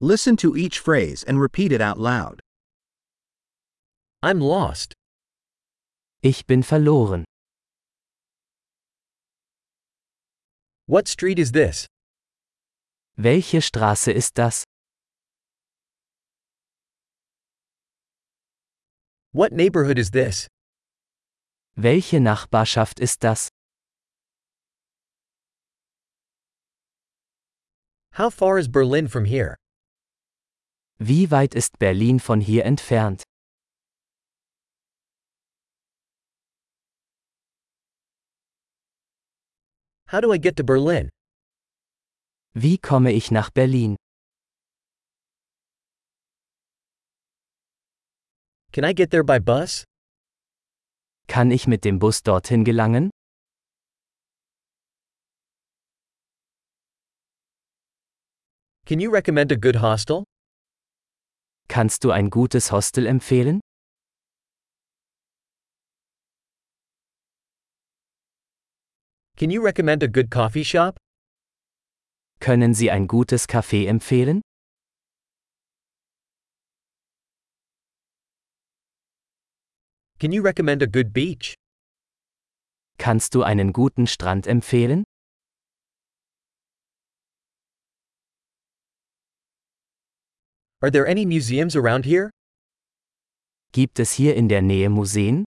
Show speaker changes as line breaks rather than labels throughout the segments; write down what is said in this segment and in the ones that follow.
Listen to each phrase and repeat it out loud.
I'm lost.
Ich bin verloren.
What street is this?
Welche Straße ist das?
What neighborhood is this?
Welche Nachbarschaft ist das?
How far is Berlin from here?
Wie weit ist Berlin von hier entfernt?
How do I get to Berlin?
Wie komme ich nach Berlin?
Can I get there by bus?
Kann ich mit dem Bus dorthin gelangen?
Can you recommend a good hostel?
Kannst du ein gutes Hostel empfehlen?
Can you recommend a good coffee shop?
Können Sie ein gutes Café empfehlen?
Can you recommend a good beach?
Kannst du einen guten Strand empfehlen?
Are there any museums around here?
Gibt es hier in der Nähe Museen?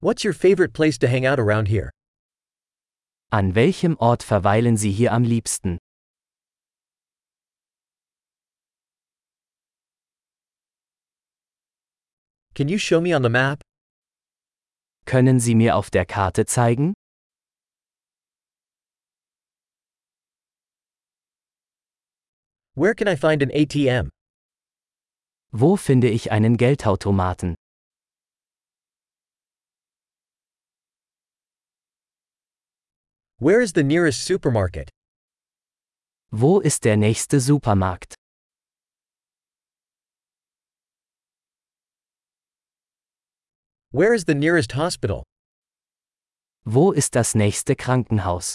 What's your favorite place to hang out around here?
An welchem Ort verweilen Sie hier am liebsten?
Can you show me on the map?
Können Sie mir auf der Karte zeigen?
Where can I find an ATM?
Wo finde ich einen Geldautomaten?
Where is the nearest supermarket?
Wo ist der nächste Supermarkt?
Where is the nearest hospital?
Wo ist das nächste Krankenhaus?